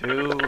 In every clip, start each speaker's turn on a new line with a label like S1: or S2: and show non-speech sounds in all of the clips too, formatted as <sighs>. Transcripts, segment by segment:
S1: two.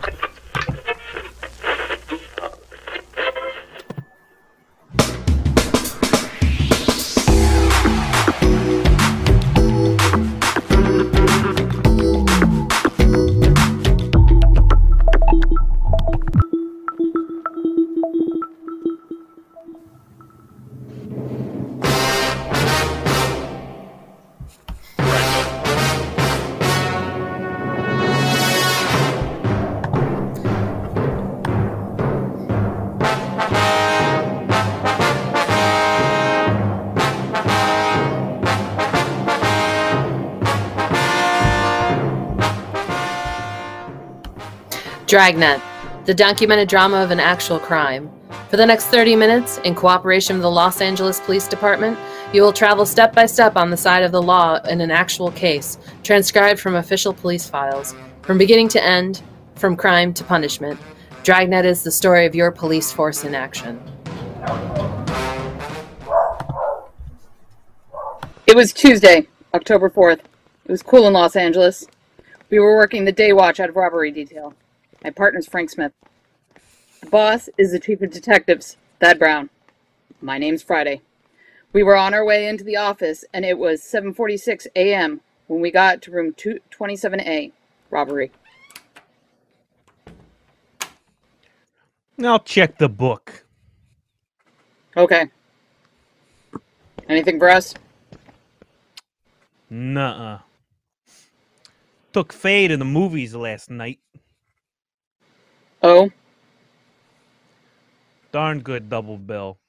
S2: Dragnet, the documented drama of an actual crime. For the next 30 minutes, in cooperation with the Los Angeles Police Department, you will travel step by step on the side of the law in an actual case, transcribed from official police files, from beginning to end, from crime to punishment. Dragnet is the story of your police force in action.
S3: It was Tuesday, October 4th. It was cool in Los Angeles. We were working the day watch out of robbery detail. My partner's Frank Smith. The boss is the chief of detectives, Thad Brown. My name's Friday. We were on our way into the office and it was 7:46 a.m. when we got to room 227A, robbery.
S4: I'll check the book.
S3: Okay. Anything for us?
S4: Nuh uh. Took Faye to the movies last night.
S3: Oh,
S4: Darn good double bill.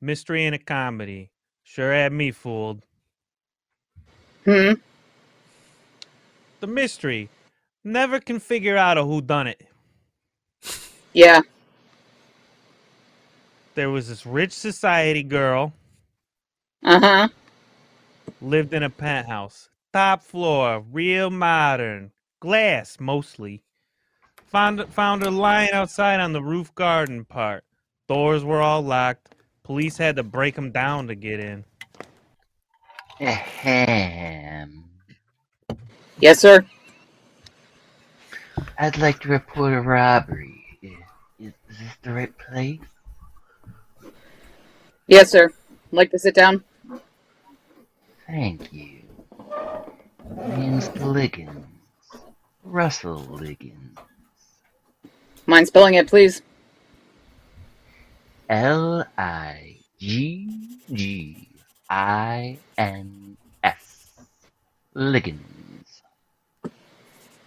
S4: Mystery and a comedy. Sure had me fooled.
S3: hmm.
S4: The mystery. Never can figure out a who done it.
S3: Yeah.
S4: There was this rich society girl
S3: Uh-huh.
S4: lived in a penthouse. Top floor, real modern, glass mostly. Found found her lying outside on the roof garden part. Doors were all locked. Police had to break them down to get in.
S5: Ahem.
S3: Yes, sir.
S5: I'd like to report a robbery. Is, is this the right place?
S3: Yes, sir. Like to sit down?
S5: Thank you. Means Liggins. Russell Liggins.
S3: Mind spelling it, please?
S5: L I G G I N S. Liggins.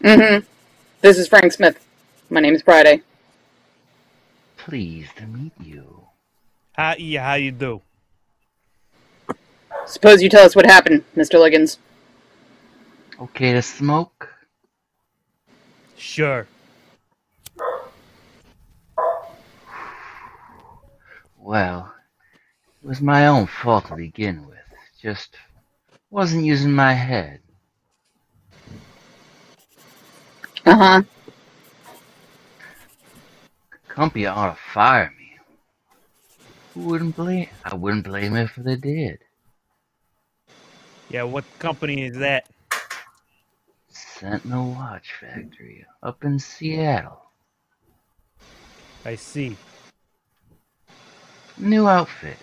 S3: Mm-hmm. This is Frank Smith. My name is Friday.
S5: Pleased to meet you.
S4: How yeah, how you do?
S3: Suppose you tell us what happened, Mr. Liggins.
S5: Okay to smoke?
S4: Sure.
S5: Well, it was my own fault to begin with. Just wasn't using my head.
S3: Uh-huh.
S5: Company ought to fire me. Who wouldn't blame? I wouldn't blame if they did.
S4: Yeah, what company is that?
S5: Sentinel Watch Factory up in Seattle.
S4: I see.
S5: New outfit.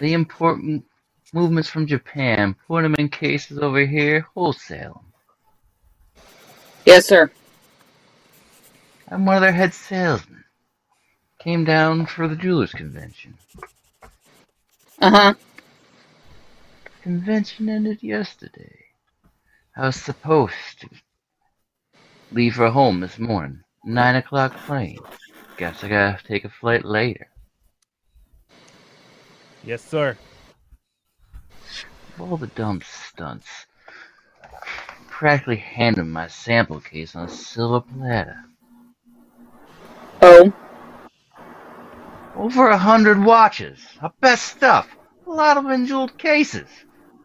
S5: They import m- movements from Japan, put them in cases over here, wholesale. 'em.
S3: Yes, sir.
S5: I'm one of their head salesmen. Came down for the jewelers convention.
S3: Uh-huh.
S5: Convention ended yesterday. I was supposed to leave for home this morning. Nine o'clock plane. Guess I gotta take a flight later.
S4: Yes, sir.
S5: Of all the dumb stunts. Practically handed my sample case on a silver platter.
S3: Oh.
S5: Over a hundred watches. Our best stuff. A lot of in jeweled cases.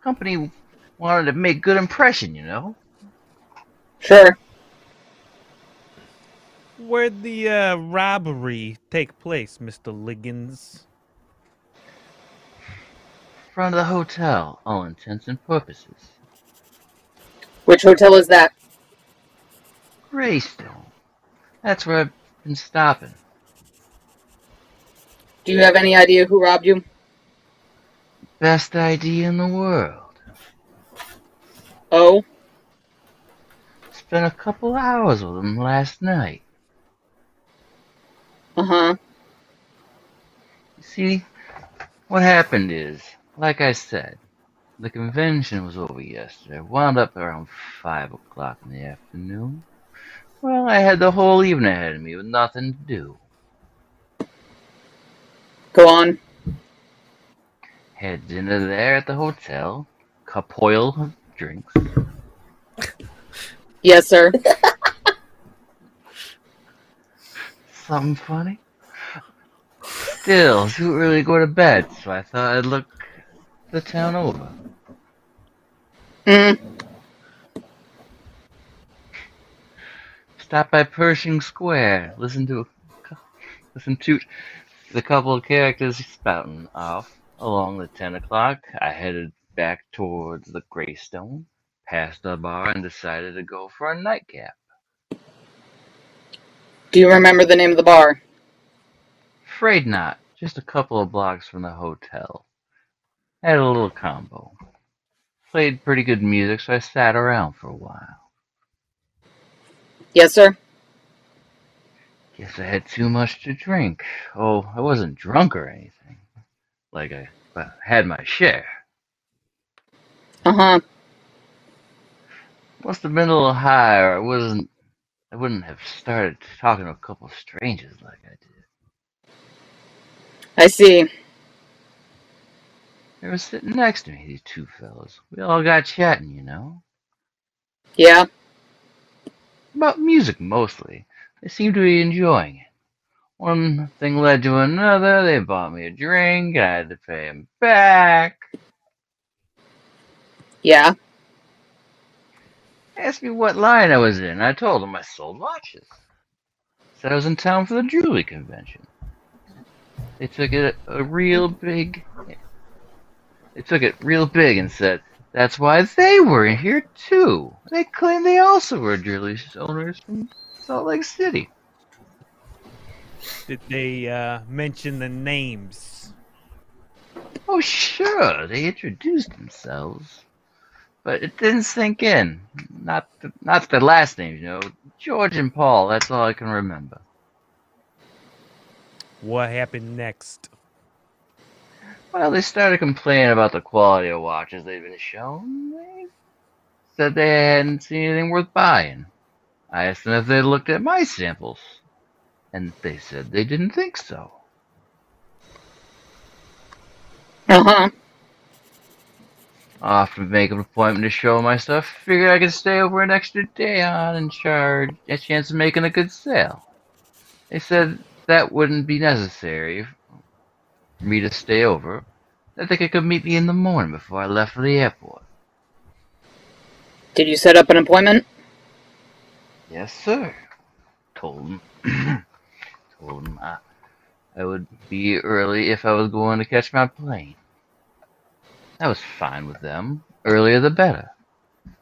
S5: Company wanted to make good impression, you know.
S3: Sure.
S4: Where'd the uh, robbery take place, Mr. Liggins?
S5: Front of the hotel, all intents and purposes.
S3: Which hotel is that?
S5: Greystone. That's where I've been stopping.
S3: Do you have any idea who robbed you?
S5: Best idea in the world.
S3: Oh,
S5: Spent a couple hours with him last night.
S3: uh huh.
S5: You see, what happened is, like I said, the convention was over yesterday. Wound up around five o'clock in the afternoon. Well, I had the whole evening ahead of me with nothing to do.
S3: Go on.
S5: Had dinner there at the hotel, capoil of drinks,
S3: Yes, <laughs> sir.
S5: something funny. Still, didn't really go to bed, so I thought I'd look the town over.
S3: Mm,
S5: Stop by Pershing Square. Listen to listen to the couple of characters spouting off. Along the ten o'clock, I headed back towards the Greystone, passed a bar, and decided to go for a nightcap.
S3: do you remember the name of the bar?
S5: Afraid not. Just a couple of blocks from the hotel. Had a little combo. Played pretty good music, so I sat around for a while.
S3: Yes, sir.
S5: Guess I had too much to drink. Oh, I wasn't drunk or anything. Like I well, had my share.
S3: Uh huh.
S5: Must have been a little high, or I wasn't. I wouldn't have started talking to a couple of strangers like I did.
S3: I see.
S5: They were sitting next to me, these two fellas. We all got chatting, you know,
S3: Yeah.
S5: about music mostly. They seemed to be enjoying it. One thing led to another. They bought me a drink. I had to pay them back.
S3: Yeah.
S5: Asked me what line I was in. I told them I sold watches. Said I was in town for the jewelry convention. They took it a real big. They took it real big and said that's why they were in here too. They claimed they also were jewelry owners from Salt Lake City.
S4: Did they uh, mention the names?
S5: Oh sure, they introduced themselves, but it didn't sink in. Not the, not the last names, you know. George and Paul. That's all I can remember.
S4: What happened next?
S5: Well, they started complaining about the quality of watches they'd been shown. They said they hadn't seen anything worth buying. I asked them if they looked at my samples, and they said they didn't think so.
S3: Uh huh.
S5: Offered to make an appointment to show my stuff. Figured I could stay over an extra day on and charge a chance of making a good sale. They said that wouldn't be necessary for me to stay over. That they could meet me in the morning before I left for the airport.
S3: Did you set up an appointment?
S5: Yes, sir. Told him. <clears throat> told him I, I would be early if I was going to catch my plane. I was fine with them. Earlier the better.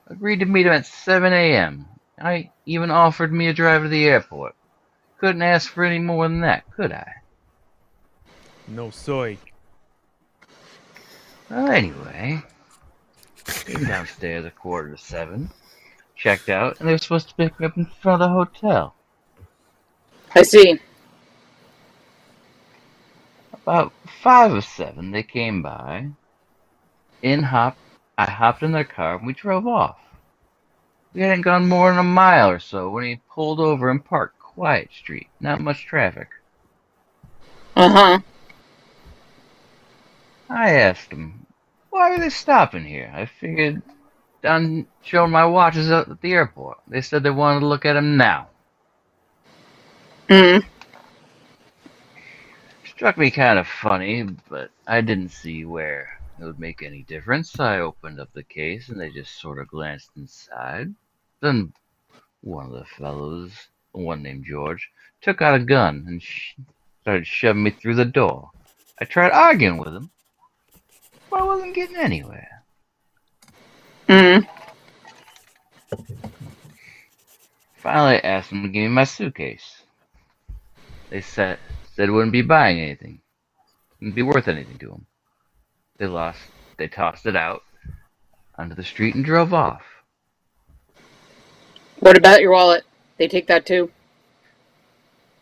S5: Agreed to meet him at 7 a.m. I even offered me a drive to the airport. Couldn't ask for any more than that, could I?
S4: No soy.
S5: Well, anyway, came downstairs a quarter to seven, checked out, and they were supposed to pick me up in front of the hotel.
S3: I see.
S5: About five or seven, they came by. In hop, I hopped in their car and we drove off. We hadn't gone more than a mile or so when he pulled over and parked quiet street, not much traffic.
S3: Uh huh.
S5: I asked him, "Why are they stopping here?" I figured, done showing my watches out at the airport. They said they wanted to look at 'em now.
S3: Mm.
S5: Struck me kind of funny, but I didn't see where it would make any difference. I opened up the case and they just sort of glanced inside. Then one of the fellows, one named George, took out a gun and sh- started shoving me through the door. I tried arguing with him, but I wasn't getting anywhere.
S3: Mm-hmm. Mm.
S5: Finally, I asked them to give me my suitcase. They said said it wouldn't be buying anything, wouldn't be worth anything to them. They lost. They tossed it out onto the street and drove off.
S3: What about your wallet? They take that too.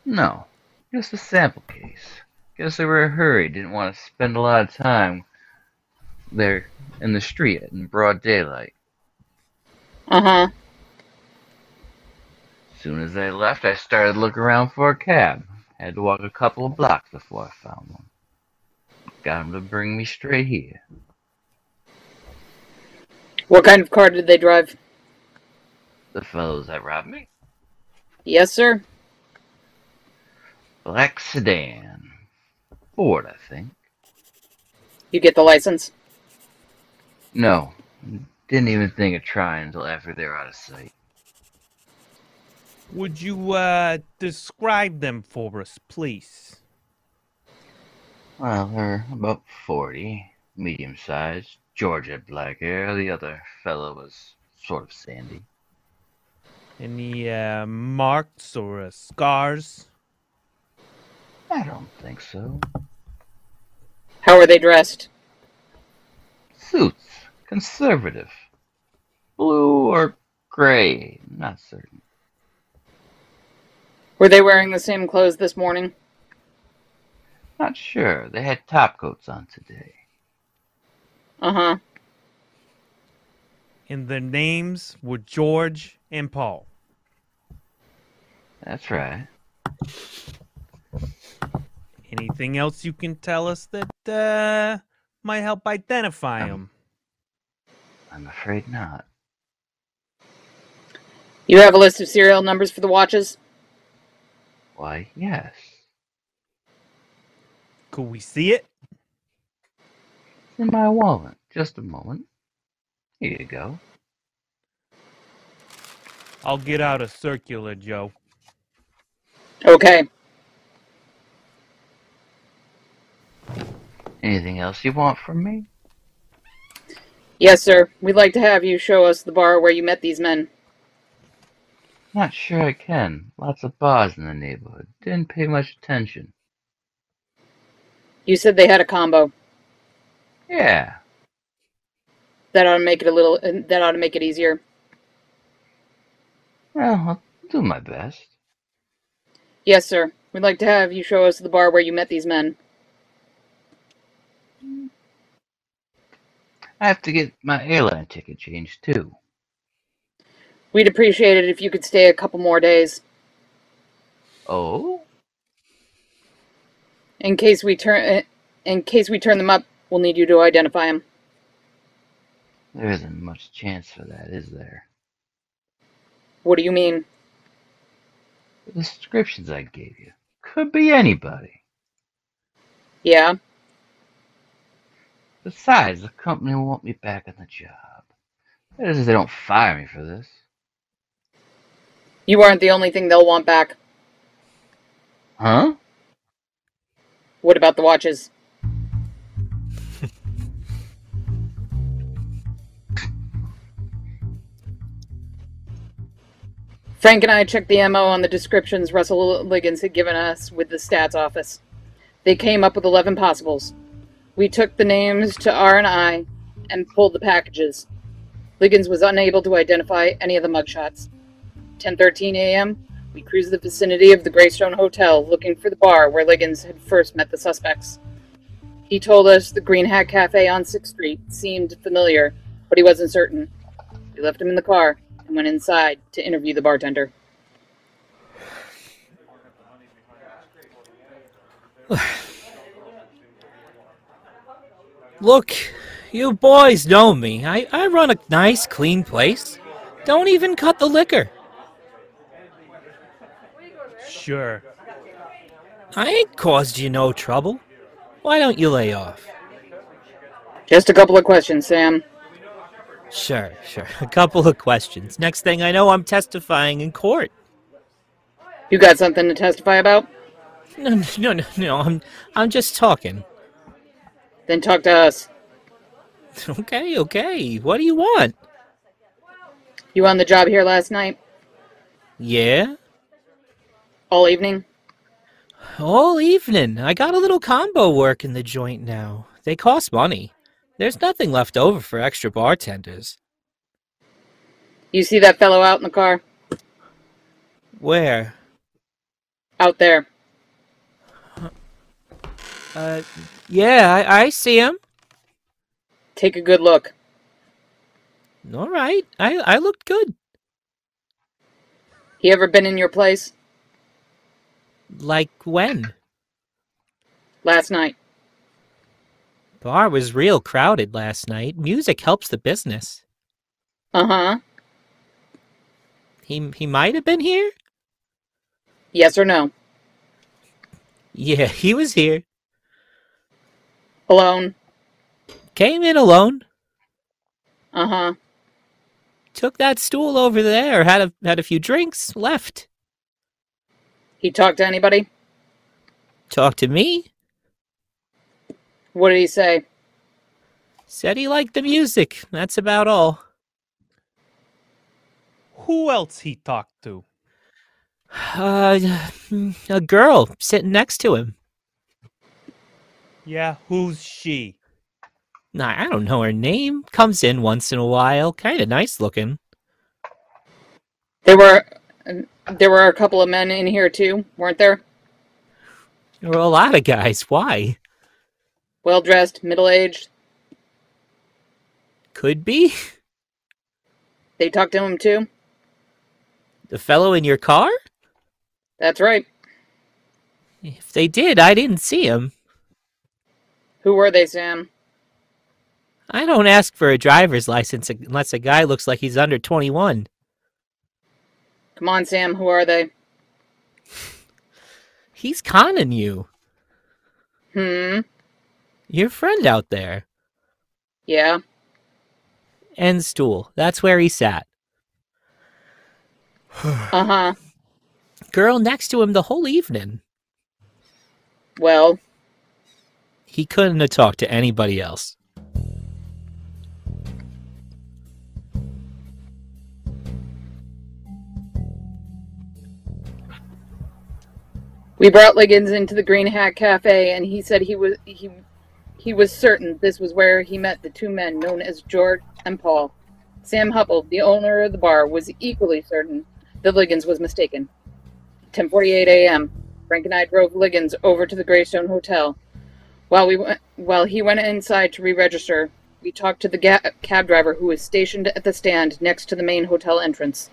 S5: No, just a sample case. Guess they were in a hurry, didn't want to spend a lot of time there in the street in broad daylight.
S3: Uh huh.
S5: Soon as they left, I started looking around for a cab. Had to walk a couple of blocks before I found one. Got 'em to bring me straight here.
S3: What kind of car did they drive?
S5: The fellows that robbed me?
S3: Yes, sir.
S5: Black sedan. Ford, I think.
S3: You get the license.
S5: No, didn't even think of trying until after they were out of sight.
S4: Would you uh, describe them for us, please?
S5: Well, they're about 40, medium sized. George had black hair, the other fellow was sort of sandy.
S4: Any uh, marks or uh, scars?
S5: I don't think so.
S3: How are they dressed?
S5: Suits, conservative. Blue or gray, not certain.
S3: Were they wearing the same clothes this morning?
S5: Not sure. They had top coats on today.
S3: Uh huh.
S4: And their names were George and Paul.
S5: That's right.
S4: Anything else you can tell us that uh, might help identify
S5: Um,
S4: them?
S5: I'm afraid not.
S3: You have a list of serial numbers for the watches?
S5: Why, yes.
S4: Could we see it?
S5: It's in my wallet. Just a moment. Here you go.
S4: I'll get out a circular, Joe.
S3: Okay.
S5: Anything else you want from me?
S3: Yes, sir. We'd like to have you show us the bar where you met these men.
S5: Not sure I can. Lots of bars in the neighborhood. Didn't pay much attention.
S3: You said they had a combo.
S5: Yeah,
S3: That ought to make it a little. uh, That ought to make it easier.
S5: well, I'll do my best.
S3: Yes, sir. We'd like to have you show us the bar where you met these men.
S5: I have to get my airline ticket changed, too.
S3: We'd appreciate it if you could stay a couple more days
S5: Oh?
S3: in case we turn. uh, In case we turn them up, we'll need you to identify them.
S5: There isn't much chance for that, is there?
S3: What do you mean?
S5: The descriptions I gave you could be anybody.
S3: Yeah.
S5: Besides, the company will want me back on the job. That is, if they don't fire me for this.
S3: You aren't the only thing they'll want back.
S5: Huh?
S3: What about the watches? <laughs> Frank and I checked the MO on the descriptions Russell Liggins had given us with the stats office. They came up with 11 possibles. We took the names to R&I and pulled the packages. Liggins was unable to identify any of the mugshots. 10:13 a.m., we cruised the vicinity of the Greystone Hotel looking for the bar where Liggins had first met the suspects. He told us the Green Hat Cafe on 6th Street seemed familiar, but he wasn't certain. We left him in the car and went inside to interview the bartender.
S1: Look, you boys know me. I, I run a nice, clean place. Don't even cut the liquor.
S4: Sure.
S1: I ain't caused you no trouble. Why don't you lay off?
S3: Just a couple of questions, Sam.
S1: Sure, sure. <laughs> A couple of questions. Next thing I know, I'm testifying in court. <laughs>
S3: You got something to testify about?
S1: No, no, no, no, no. I'm, I'm just talking. <laughs>
S3: Then talk to us.
S1: Okay, okay. What do you want?
S3: You on the job here last night?
S1: Yeah?
S3: All evening?
S1: All evening. I got a little combo work in the joint now. They cost money. There's nothing left over for extra bartenders.
S3: You see that fellow out in the car?
S1: Where?
S3: Out there.
S1: Uh, yeah, I, I see him.
S3: Take a good look.
S1: All right. I, I looked good.
S3: He ever been in your place?
S1: Like when?
S3: Last night.
S1: Bar was real crowded last night. Music helps the business.
S3: Uh huh.
S1: He, he might have been here?
S3: Yes or no?
S1: Yeah, <laughs> he was here.
S3: Alone?
S1: Came in alone.
S3: Uh huh.
S1: Took that stool over there. Had a, had a few drinks. Left.
S3: He talked to anybody?
S1: Talked to me.
S3: What did he say?
S1: Said he liked the music. That's about all.
S4: Who else he talked to?
S1: Uh, <sighs> a girl sitting next to him.
S4: Yeah, who's she?
S1: Nah, I don't know her name. Comes in once in a while. Kind of nice looking.
S3: There were there were a couple of men in here too, weren't there?
S1: There were a lot of guys. Why?
S3: Well dressed, middle aged.
S1: Could be.
S3: They talked to him too.
S1: The fellow in your car?
S3: That's right.
S1: If they did, I didn't see him.
S3: Who were they, Sam?
S1: I don't ask for a driver's license unless a guy looks like he's under 21.
S3: Come on, Sam. Who are they?
S1: He's conning you.
S3: Hmm.
S1: Your friend out there.
S3: Yeah.
S1: And stool. That's where he sat.
S3: Uh huh.
S1: Girl next to him the whole evening.
S3: Well,
S1: He couldn't have talked to anybody else.
S3: we brought Liggins into the Green Hat Cafe, and he said he was he he was certain this was where he met the two men known as George and Paul. Sam Hubble, the owner of the bar, was equally certain that Liggins was mistaken. 10:48 a.m. Frank and I drove Liggins over to the Greystone Hotel. While we went, while he went inside to re-register, we talked to the ga- cab driver who was stationed at the stand next to the main hotel entrance.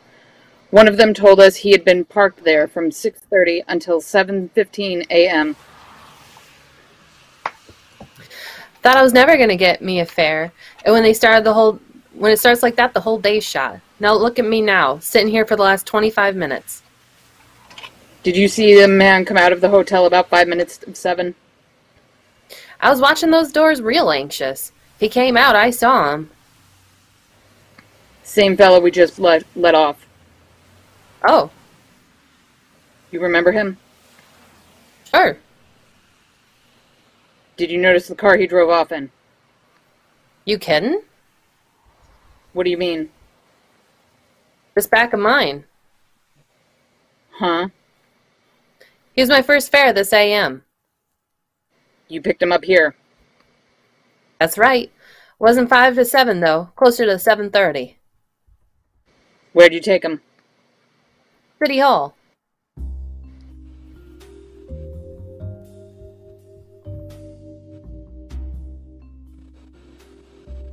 S3: One of them told us he had been parked there from 6:30 until 7:15 a.m.
S2: Thought I was never gonna get me a fare. And when they started the whole when it starts like that, the whole day's shot. Now look at me now, sitting here for the last twenty five minutes.
S3: Did you see the man come out of the hotel about 5 minutes of 7?
S2: I was watching those doors real anxious. If he came out, I saw him.
S3: Same fellow we just let let off.
S2: Oh,
S3: You remember him?
S2: sure.
S3: Did you notice the car he drove off in?
S2: You kidding?
S3: What do you mean?
S2: This back of mine.
S3: Huh?
S2: He was my first fare this AM.
S3: You picked him up here.
S2: That's right. Wasn't five to seven though, closer to seven thirty.
S3: Where'd you take him?
S2: City Hall.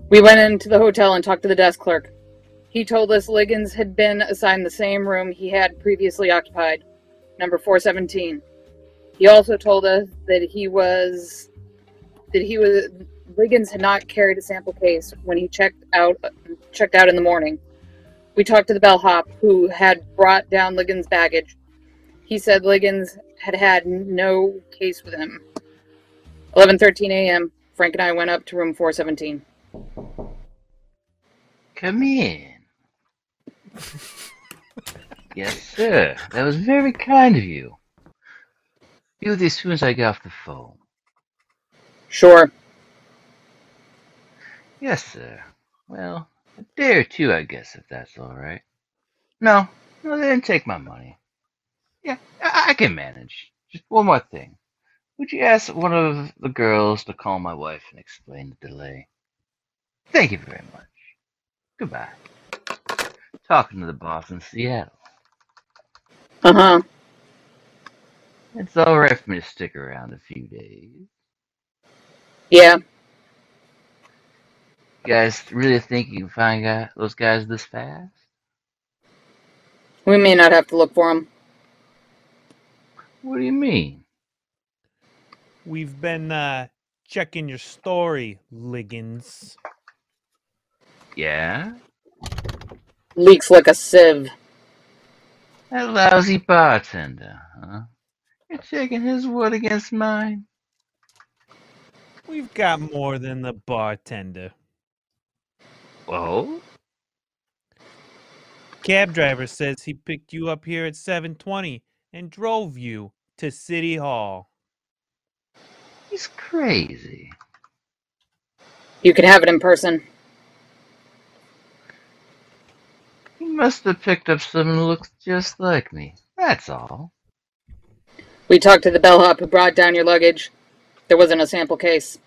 S3: We went into the hotel and talked to the desk clerk. He told us Liggins had been assigned the same room he had previously occupied, number 417. He also told us that he was that he was Liggins had not carried a sample case when he checked out checked out in the morning. We talked to the bellhop who had brought down Liggins' baggage. He said Liggins had had no case with him. 11:13 a.m. Frank and I went up to room 417.
S5: Come in. yes, sir. That was very kind of you. Do this as soon as I get off the phone.
S3: Sure.
S5: Yes, sir. Well, a day or two, I guess, if that's all right. No, No, they didn't take my money. Yeah, I, I can manage. Just one more thing. Would you ask one of the girls to call my wife and explain the delay? Thank you very much. Goodbye. Talking to the boss in Seattle.
S3: Uh huh.
S5: It's alright for me to stick around a few days.
S3: Yeah.
S5: You guys really think you can find guy, those guys this fast?
S3: We may not have to look for him.
S5: What do you mean?
S4: We've been uh, checking your story, Liggins.
S5: Yeah?
S3: Leaks like a sieve.
S5: That lousy bartender, huh? You're checking his word against mine?
S4: We've got more than the bartender.
S5: Whoa.
S4: Cab driver says he picked you up here at 7:20 and drove you to City Hall.
S5: He's crazy.
S3: You could have it in person.
S5: He must have picked up someone who looks just like me. That's all.
S3: We talked to the bellhop who brought down your luggage. There wasn't a sample case.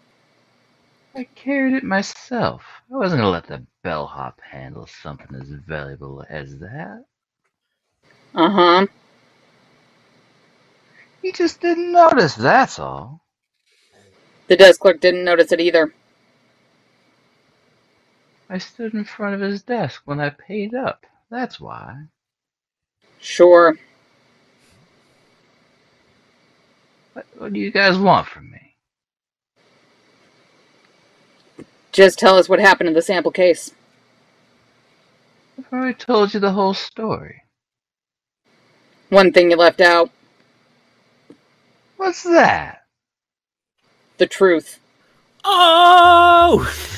S5: I carried it myself. I wasn't gonna let the bellhop handle something as valuable as that.
S3: Uh huh.
S5: He just didn't notice, that's all.
S3: The desk clerk didn't notice it either.
S5: I stood in front of his desk when I paid up. That's why.
S3: Sure.
S5: What, what do you guys want from me?
S3: Just tell us what happened to the sample case.
S5: I've already told you the whole story.
S3: One thing you left out
S5: What's that?
S3: the truth.
S1: Oh!